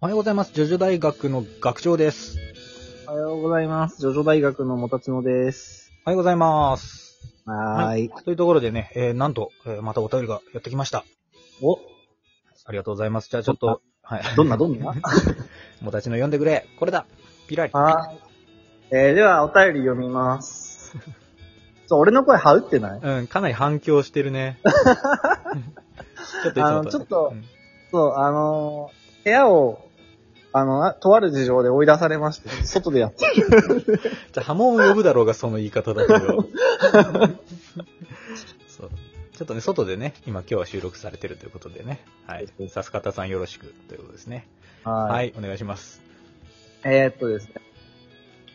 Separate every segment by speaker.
Speaker 1: おはようございます。ジョジョ大学の学長です。
Speaker 2: おはようございます。ジョジョ大学のもたつのです。
Speaker 1: おはようございます。
Speaker 2: はーい。
Speaker 1: というところでね、えーなんと、えーまたお便りがやってきました。
Speaker 2: お、
Speaker 1: ありがとうございます。じゃあちょっと、はい。
Speaker 2: どんなどん な
Speaker 1: もたちの読んでくれ。これだ。ピラリ。
Speaker 2: はーい。えー、では、お便り読みます。そう、俺の声はうってない
Speaker 1: うん、かなり反響してる ね。ちょっといつも
Speaker 2: あの
Speaker 1: ね
Speaker 2: ちょっと
Speaker 1: うん
Speaker 2: そう、あのー部屋を、あの、あとある事情で追い出されまして、外でや ってる。
Speaker 1: じゃあ波紋を呼ぶだろうが、その言い方だけ ど。そう。ちょっとね、外でね、今今日は収録されてるということでね。はい。さすかたさんよろしくということですね。
Speaker 2: は。
Speaker 1: はいい、お願いします。
Speaker 2: えー、っとですね。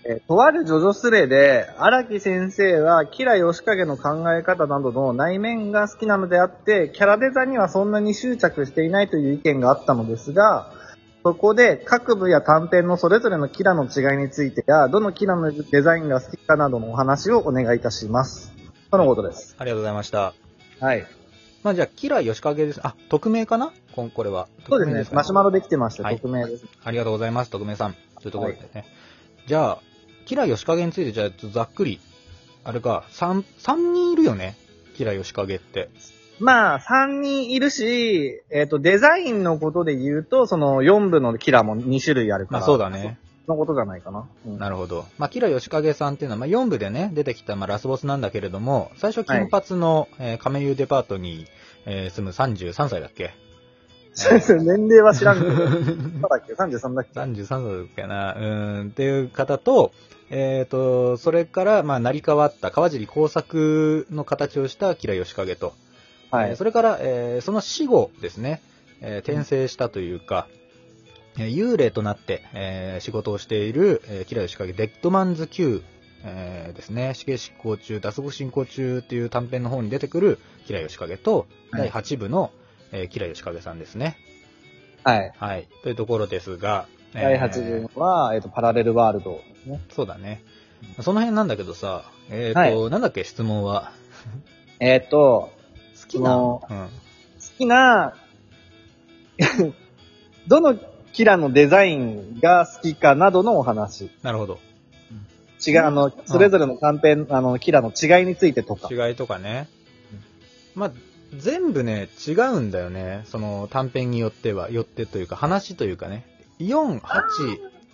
Speaker 2: えーとあるジョジョスレで、荒木先生は、キラヨシカゲの考え方などの内面が好きなのであって、キャラデザにはそんなに執着していないという意見があったのですが、そこで各部や短編のそれぞれのキラの違いについてや、どのキラのデザインが好きかなどのお話をお願いいたします。とのことです。
Speaker 1: ありがとうございました。
Speaker 2: はい。
Speaker 1: まあじゃあ、キラ吉影です。あ、匿名かなこんこれは。
Speaker 2: そうですね。
Speaker 1: 匿名か
Speaker 2: マシュマロできてました。
Speaker 1: はい
Speaker 2: 匿名です。
Speaker 1: ありがとうございます、匿名さん。というところでね。じゃあ、キラ吉影について、じゃあ、ざっくり。あれか、三、三人いるよね。キラ吉影って。
Speaker 2: まあ、3人いるし、えっ、と、デザインのことで言うと、その4部のキラーも2種類あるから。
Speaker 1: まあそうだね。。
Speaker 2: のことじゃないかな。うん
Speaker 1: なるほど。まあ、キラ吉影さんっていうのは、まあ、4部でね、出てきた、まあ、ラスボスなんだけれども、最初、金髪の、えー亀湯デパートに、えー住む33歳だっけ
Speaker 2: そうですね 年齢は知らんけど。そうだっけ ?33 だっけ
Speaker 1: 33歳だっけな、うーん、っていう方と、えっ、と、それから、まあ、成り変わった、川尻工作の形をした吉良義景と、
Speaker 2: は
Speaker 1: えー
Speaker 2: い。
Speaker 1: それから、えーその死後ですね、えー転生したというか、えー幽霊となって、えー仕事をしている、えー、キラヨシカゲ、デッドマンズ Q、えーですね、死刑執行中、脱獄進行中っていう短編の方に出てくるキラヨシカゲと、
Speaker 2: はい
Speaker 1: 第8部の、えーキラヨシカゲさんですね。
Speaker 2: はい。
Speaker 1: はい。というところですが、えー
Speaker 2: 第8部は、えっ、と、パラレルワールドですね。
Speaker 1: そうだね。その辺なんだけどさ、えっ、と、なんだっけ、質問は。
Speaker 2: えっ、
Speaker 1: 好
Speaker 2: と、
Speaker 1: きな、
Speaker 2: あ
Speaker 1: うん
Speaker 2: の、好きな、 どのキラのデザインが好きかなどのお話。
Speaker 1: なるほど。
Speaker 2: 違う、あの、それぞれの短編、あの、キラの違いについてとか。
Speaker 1: 違いとかね。まあ、全部ね、違うんだよね。その短編によっては、よってというか、話というかね。4、8、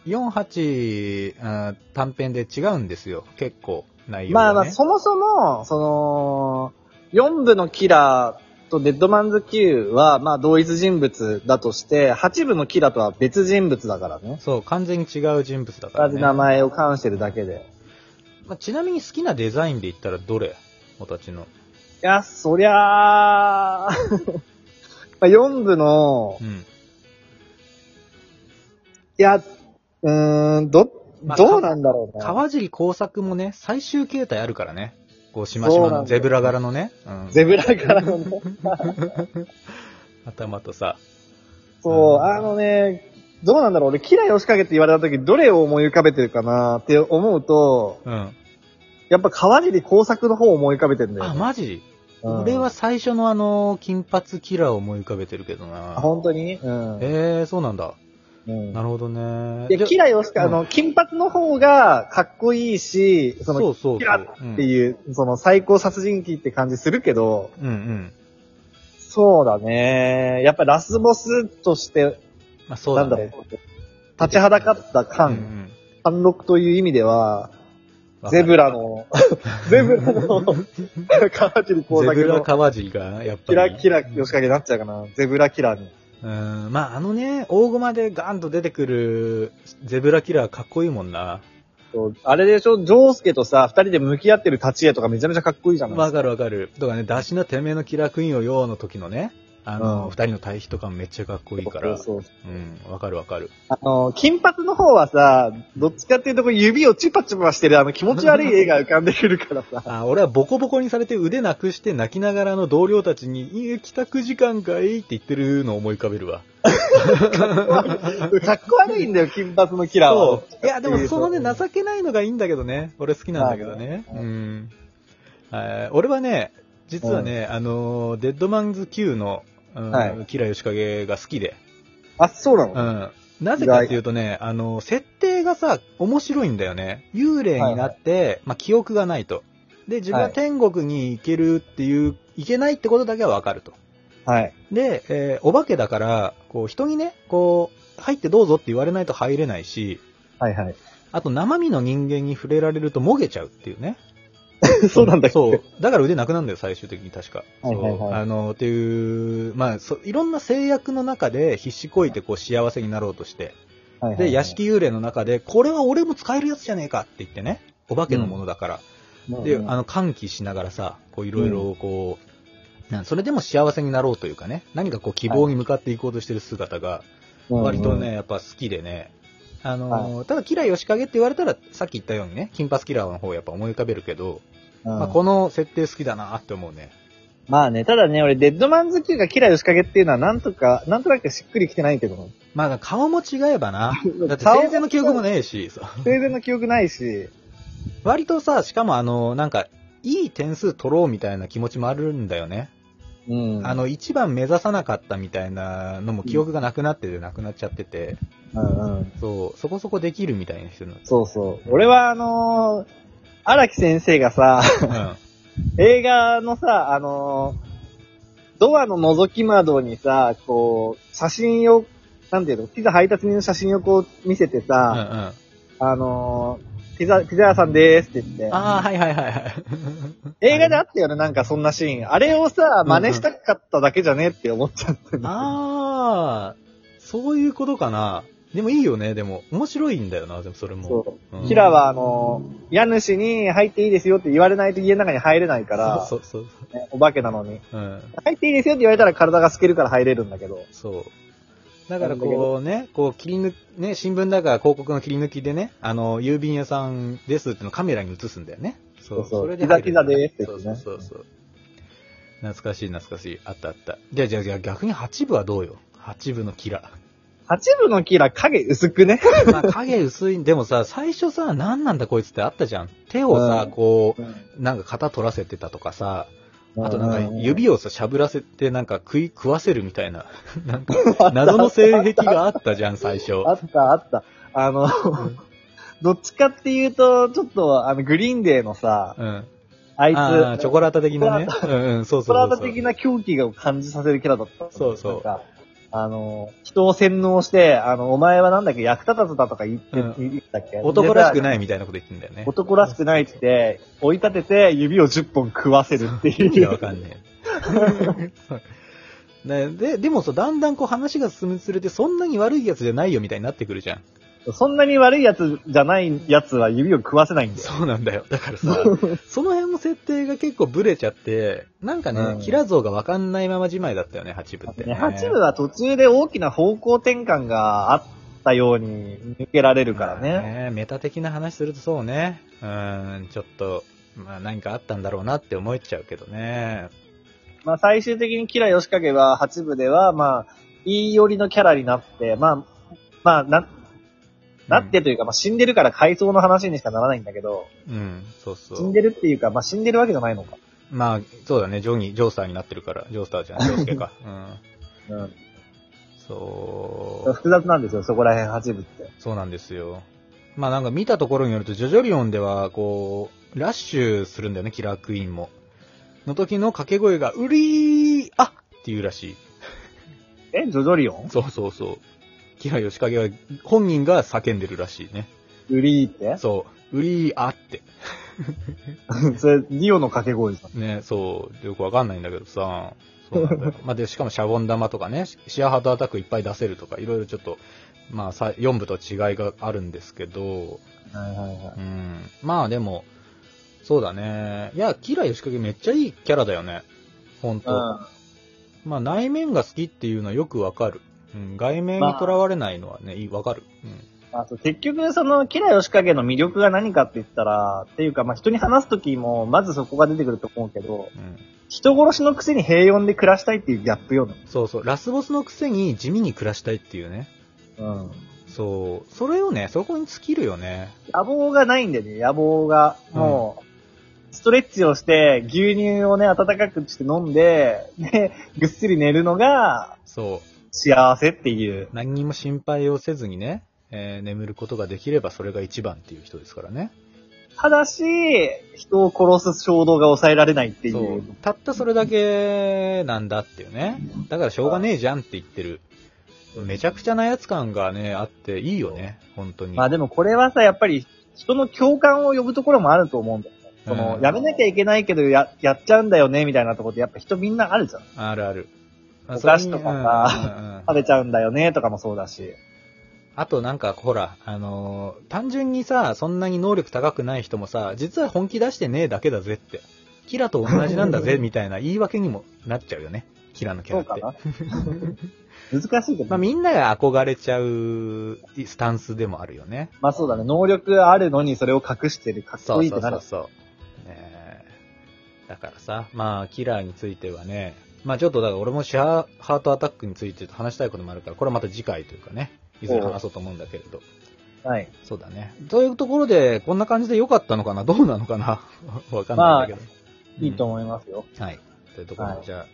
Speaker 1: 4、8、うん短編で違うんですよ。結構、内容
Speaker 2: まあ
Speaker 1: が、ね。
Speaker 2: まあ、そもそも、その、4部のキラーとデッドマンズ Q は、まあ同一人物だとして、8部のキラーとは別人物だからね。
Speaker 1: そう、完全に違う人物だから
Speaker 2: 同
Speaker 1: ね。
Speaker 2: じ名前を冠してるだけで。
Speaker 1: まあちなみに好きなデザインで言ったらどれおたちの。
Speaker 2: いや、そりゃー まあ4部の
Speaker 1: う、ん。
Speaker 2: いや、うーん、ど
Speaker 1: まあ、
Speaker 2: どうなんだろうね。
Speaker 1: 川尻工作もね、最終形態あるからね。こう、しましま
Speaker 2: そうなんだ
Speaker 1: の
Speaker 2: よ
Speaker 1: ゼブラ柄のね。うん。
Speaker 2: ゼブラからのね。
Speaker 1: 頭とさ。
Speaker 2: そうう、
Speaker 1: ん
Speaker 2: あのね、どうなんだろう。俺、キラヨシカゲって言われた時、どれを思い浮かべてるかなって思うと、
Speaker 1: うん。
Speaker 2: やっぱ川尻工作の方を思い浮かべてんだよ、ね。
Speaker 1: あ、マジ
Speaker 2: うん
Speaker 1: 俺は、最初のあの、金髪キラーを思い浮かべてるけど
Speaker 2: あ
Speaker 1: な。
Speaker 2: 本当にうん。
Speaker 1: えー、そうなんだ。
Speaker 2: うん
Speaker 1: なるほどね。
Speaker 2: いや、
Speaker 1: じゃ
Speaker 2: キラヨシカ、あの、金髪の方がかっこいいし、そ
Speaker 1: そ
Speaker 2: の、
Speaker 1: うそう
Speaker 2: キ
Speaker 1: そ
Speaker 2: ラ
Speaker 1: う。うん
Speaker 2: っていう、その最高殺人鬼って感じするけど、
Speaker 1: うんうん。
Speaker 2: そうだね。やっぱラスボスとして、
Speaker 1: まあ、そう
Speaker 2: なん
Speaker 1: だ
Speaker 2: だろう
Speaker 1: ね。。
Speaker 2: 立ちはだかった
Speaker 1: うんう
Speaker 2: 感、
Speaker 1: ん
Speaker 2: 貫禄という意味では、
Speaker 1: わか
Speaker 2: ゼ
Speaker 1: る
Speaker 2: ブラの、ゼブラの、川尻光
Speaker 1: ゼブ
Speaker 2: 作
Speaker 1: ラ
Speaker 2: の、
Speaker 1: 川尻が、やっぱ
Speaker 2: キ
Speaker 1: り。
Speaker 2: ラキラ吉影になっちゃうかな。ゼブラキラに。
Speaker 1: うん、まあ、あのね、大駒でガンと出てくる、ゼブラキラーかっこいいもんな。
Speaker 2: そうあれでしょ、ジョースケとさ、二人で向き合ってる立ち絵とかめちゃめちゃかっこいいじゃないです
Speaker 1: わかるわかる。とかね、出しのてめえのキラークイーンをよーの時のね、あ
Speaker 2: う
Speaker 1: の、
Speaker 2: ん
Speaker 1: 二人の対比とかもめっちゃかっこいいから。
Speaker 2: そうそう
Speaker 1: うん、わかるわかる。。
Speaker 2: あの、金髪の方はさ、どっちかっていうとこう指をチュパチュパしてるあの気持ち悪い絵が浮かんでくるからさ
Speaker 1: あ、俺はボコボコにされて腕なくして泣きながらの同僚たちに、いえ帰宅時間がいいって言ってるのを思い浮かべるわ。
Speaker 2: かっこ悪いんだよ、金髪のキラーは
Speaker 1: そ。う。いや、でもそのね、
Speaker 2: うん
Speaker 1: 情けないのがいいんだけどね。俺好きなんだけどね。
Speaker 2: まあね
Speaker 1: うん。はい俺はね、実はね、あのー、デッドマンズ Q の、うん
Speaker 2: はい
Speaker 1: キラヨシカゲが好きで。
Speaker 2: あ、そうな
Speaker 1: う
Speaker 2: の
Speaker 1: ん。なぜかっていうとね、あの、設定がさ、面白いんだよね。幽霊になって、まあ、記憶がないと。で、自分は天国に行けるっていう、行けないってことだけはわかると。
Speaker 2: はい。
Speaker 1: で、えーお化けだから、こう、人にね、こう、入ってどうぞって言われないと入れないし、
Speaker 2: はいはい。
Speaker 1: あと生身の人間に触れられるともげちゃうっていうね。
Speaker 2: そうなんだっけ
Speaker 1: そう。だから腕なくなるんだよ、最終的に確か。
Speaker 2: はいはいはい
Speaker 1: そうあの、っていう、まあそう、いろんな制約の中で必死こいてこう幸せになろうとして。
Speaker 2: はいはいはい
Speaker 1: で、屋敷幽霊の中で、これは俺も使えるやつじゃねえかって言ってね。お化けのものだから。
Speaker 2: うん
Speaker 1: で、あの、歓喜しながらさ、こういろいろこう、なんそれでも幸せになろうというかね、何かこう希望に向かっていこうとしてる姿が、割と。ね、やっぱ好きでね。あのーただ、キラヨシカゲって言われたら、さっき言ったようにね、金髪キラーの方やっぱ思い浮かべるけど、
Speaker 2: うんうん
Speaker 1: まあ、この設定好きだなって思うね。
Speaker 2: まあね、ただね、俺、デッドマンズ級がキラヨシカゲっていうのは、なんとか、なんとなくしっくりきてないけど、
Speaker 1: まあ、顔も違えばな。 だって
Speaker 2: 顔
Speaker 1: 生前の記憶もねえし、そう
Speaker 2: 生前の記憶ないし、
Speaker 1: 割とさ、しかもあのーなんか、いい点数取ろうみたいな気持ちもあるんだよね。
Speaker 2: うん
Speaker 1: あ、の、一番目指さなかったみたいなのも記憶がなくなってて、なくなっちゃってて、
Speaker 2: うんうん。
Speaker 1: そう、そこそこできるみたいな人 なの。
Speaker 2: そうそう。俺は、あのー、荒木先生がさ、
Speaker 1: うん。
Speaker 2: 映画のさ、あのードアの覗き窓にさ、こう、写真を、なんていうの、ピザ配達人の写真をこう見せて
Speaker 1: うんうん。
Speaker 2: さ、
Speaker 1: あ
Speaker 2: あのーピザ、ピザ屋さんでーすって言って、
Speaker 1: あー、はいはいはいはい。
Speaker 2: 映画であったよね、なんかそんなシーン。あれをさ、真似したかっただけじゃねって思っちゃって
Speaker 1: ああ、そういうことかな。でもいいよね、でも。面白いんだよな、でもそれも。
Speaker 2: そう
Speaker 1: うん
Speaker 2: キラは、あのー家主に入っていいですよって言われないと家の中に入れないから、
Speaker 1: そうそうそう
Speaker 2: ねお化けなのに。
Speaker 1: そう。うん。
Speaker 2: 入っていいですよって言われたら体が透けるから入れるんだけど。
Speaker 1: そう。だからこうね、こう切り抜き、ね、新聞だから広告の切り抜きでね、あの、郵便屋さんですってのをカメラに映すんだよね。そう、
Speaker 2: そうそう
Speaker 1: れ入る
Speaker 2: ピザピザですって
Speaker 1: そ
Speaker 2: や
Speaker 1: う
Speaker 2: つ
Speaker 1: そう
Speaker 2: ね
Speaker 1: そうそう。懐かしい懐かしい。あったあった。じゃあじゃあじゃあ逆に8部はどうよ ?8 部のキラ。
Speaker 2: 八部のキラ影薄くね。
Speaker 1: まあ影薄い、でもさ、最初さ、何なんだこいつってあったじゃん。手をさ、
Speaker 2: うん
Speaker 1: こう、なんか型取らせてたとかさ、あとなんか
Speaker 2: 指
Speaker 1: 指をさ、しゃぶらせてなんか食い、食わせるみたいな、なんか謎の性癖があったじゃん、最初。
Speaker 2: あった、あった。あの、
Speaker 1: ん
Speaker 2: どっちかっていうと、ちょっと、あの、グリーンデーのさ、
Speaker 1: うん。
Speaker 2: あいつ、
Speaker 1: ああ、チョコラータ的なね。うんうん、そう
Speaker 2: ス
Speaker 1: そうそ
Speaker 2: トラ
Speaker 1: う
Speaker 2: ー
Speaker 1: そう。
Speaker 2: タ的な狂気を感じさせるキャラだった。
Speaker 1: そうそう
Speaker 2: なんかあの、人を洗脳して、あの、お前はなんだっけ、役立たずだとか言って、
Speaker 1: うん
Speaker 2: 言ってたっけ
Speaker 1: 男らしく
Speaker 2: い。
Speaker 1: ないみたいなこと言ってんだよね。
Speaker 2: 男らしくないってって、追い立てて指を10本食わせるっていう。
Speaker 1: 意味がわかんねえ。 ねで、でもさ、だんだんこう話が進むにつれて、そんなに悪いやつじゃないよみたいになってくるじゃん。
Speaker 2: そんなに悪いやつじゃないやつは指を食わせないんだよ。
Speaker 1: そうなんだよ。だからさ、その辺も設定が結構ブレちゃって、なんかね、
Speaker 2: うん
Speaker 1: キラ像がわかんないままじまいだったよね、八部って、ね。
Speaker 2: 八部は途中で大きな方向転換があったように抜けられるから
Speaker 1: まあ
Speaker 2: ね。
Speaker 1: メタ的な話するとそうね。うん、ちょっと、まあ何かあったんだろうなって思っちゃうけどね。
Speaker 2: まあ最終的にキラヨシカゲは八部では、まあ、いい寄りのキャラになって、まあ、まあ、な、なってというか、まあ死んでるから回想の話にしかならないんだけど、
Speaker 1: うん、そうそ
Speaker 2: 死ん
Speaker 1: う。
Speaker 2: でるっていうか、まあ死んでるわけじゃないのか。
Speaker 1: まあ、そうだね、ジョニー、ジョースターになってるから、ジョースターじゃん、 ジョースケか。うん。
Speaker 2: うん。
Speaker 1: そう。
Speaker 2: 複雑なんですよ、そこら辺八部って。
Speaker 1: そうなんですよ。まあなんか見たところによると、ジョジョリオンでは、こう、ラッシュするんだよね、キラークイーンも。の時の掛け声が、うりーあっていうらしい。
Speaker 2: え、ジョジョリオン
Speaker 1: そうそうそう。キラー吉影は、本人が叫んでるらしいね。
Speaker 2: ウリーって
Speaker 1: そう。うりーあって。
Speaker 2: それ、リオの掛け声じゃん。
Speaker 1: ね、そう。よくわかんないんだけどさ。そうなんだよ。まあで、しかもシャボン玉とかね、シアハードアタックいっぱい出せるとか、いろいろちょっと、まあさ、4部と違いがあるんですけど、
Speaker 2: はいはいはい。
Speaker 1: うん。まあでも、そうだね。いや、キラヨシカゲめっちゃいいキャラだよね。ほんと。
Speaker 2: う
Speaker 1: まあ内面が好きっていうのはよくわかる。うん。外面にとらわれないのはね、いいわかる。うん。
Speaker 2: ん。あと、結局、その、キラヨシカゲの魅力が何かって言ったら、っていうか、まあ、人に話すときも、まずそこが出てくると思うけど、
Speaker 1: うん。
Speaker 2: 人殺しのくせに平穏で暮らしたいっていうギャップよね。
Speaker 1: そうそう。ラスボスのくせに地味に暮らしたいっていうね。
Speaker 2: うん。
Speaker 1: そう。それをね、そこに尽きるよね。
Speaker 2: 野望がないんだよね、野望が。もう、ストレッチをして、牛乳をね、温かくして飲んで、で、ぐっすり寝るのが、
Speaker 1: そ
Speaker 2: 幸せっていう。
Speaker 1: 何にも心配をせずにね、えー眠ることができればそれが一番っていう人ですからね。
Speaker 2: ただし、人を殺す衝動が抑えられないってい
Speaker 1: そう
Speaker 2: う。。
Speaker 1: たったそれだけなんだっていうね。だからしょうがねえじゃんって言ってる。めちゃくちゃなやつ感がね、あっていいよね、本当に。
Speaker 2: まあでもこれはさ、やっぱり人の共感を呼ぶところもあると思うんだよね。その、
Speaker 1: うん
Speaker 2: やめなきゃいけないけどや、やっちゃうんだよね、みたいなところってやっぱ人みんなあるじゃん。
Speaker 1: あるある。
Speaker 2: お菓子とかさ
Speaker 1: うんうんうん
Speaker 2: 食べちゃうんだよね、とかもそうだし。
Speaker 1: あとなんかほら、あのー単純にさ、そんなに能力高くない人もさ、実は本気出してねえだけだぜって。キラと同じなんだぜ、みたいな言い訳にもなっちゃうよね。キラのキャ
Speaker 2: そ
Speaker 1: ラ
Speaker 2: う
Speaker 1: って
Speaker 2: か。な。 難しいけど、
Speaker 1: まあみんなが憧れちゃうスタンスでもあるよね。
Speaker 2: まあそうだね。能力あるのにそれを隠してる、かっ
Speaker 1: そ
Speaker 2: こ
Speaker 1: う
Speaker 2: いいっ
Speaker 1: そ
Speaker 2: て
Speaker 1: う
Speaker 2: な
Speaker 1: そう
Speaker 2: る。
Speaker 1: そう。えーだからさ、まあキラーについてはね、まあちょっとだから俺もシャーハートアタックについて話したいこともあるから、これはまた次回というかね、いずれ話そうと思うんだけれど。
Speaker 2: はい。
Speaker 1: そうだね。というところで、こんな感じで良かったのかなどうなのかなわかんないんだけど。
Speaker 2: いいと思いますよ。
Speaker 1: うん。はい。というところで、
Speaker 2: はい
Speaker 1: じゃあ、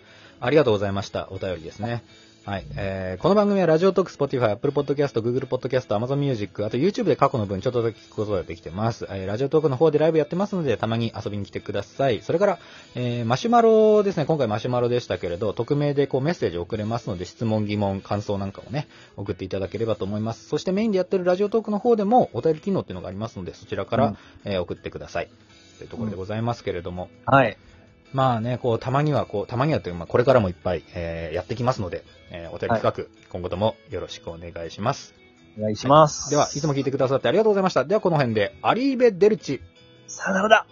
Speaker 1: ありがとうございました。お便りですね。はい。えー、この番組はラジオトーク、Spotify、Apple Podcast、Google Podcast、Amazon Music、あと YouTube で過去の分ちょっとだけ聞くことができてます。えー、ラジオトークの方でライブやってますので、たまに遊びに来てください。それから、えー、マシュマロですね。今回マシュマロでしたけれど、匿名でこうメッセージ送れますので、質問、疑問、感想なんかをね、送っていただければと思います。そしてメインでやってるラジオトークの方でも、お便り機能っていうのがありますので、そちらから、
Speaker 2: うん
Speaker 1: えー送ってください。というところでございますけれども、
Speaker 2: はい。
Speaker 1: まあね、こう、たまには、こう、たまにはというか、まあ、これからもいっぱい、えーやってきますので、えーお便り企画、今後ともよろしくお願いします。
Speaker 2: お願いします。
Speaker 1: では、いつも聞いてくださってありがとうございました。では、この辺で、アリーベ・デルチ。
Speaker 2: さよならだ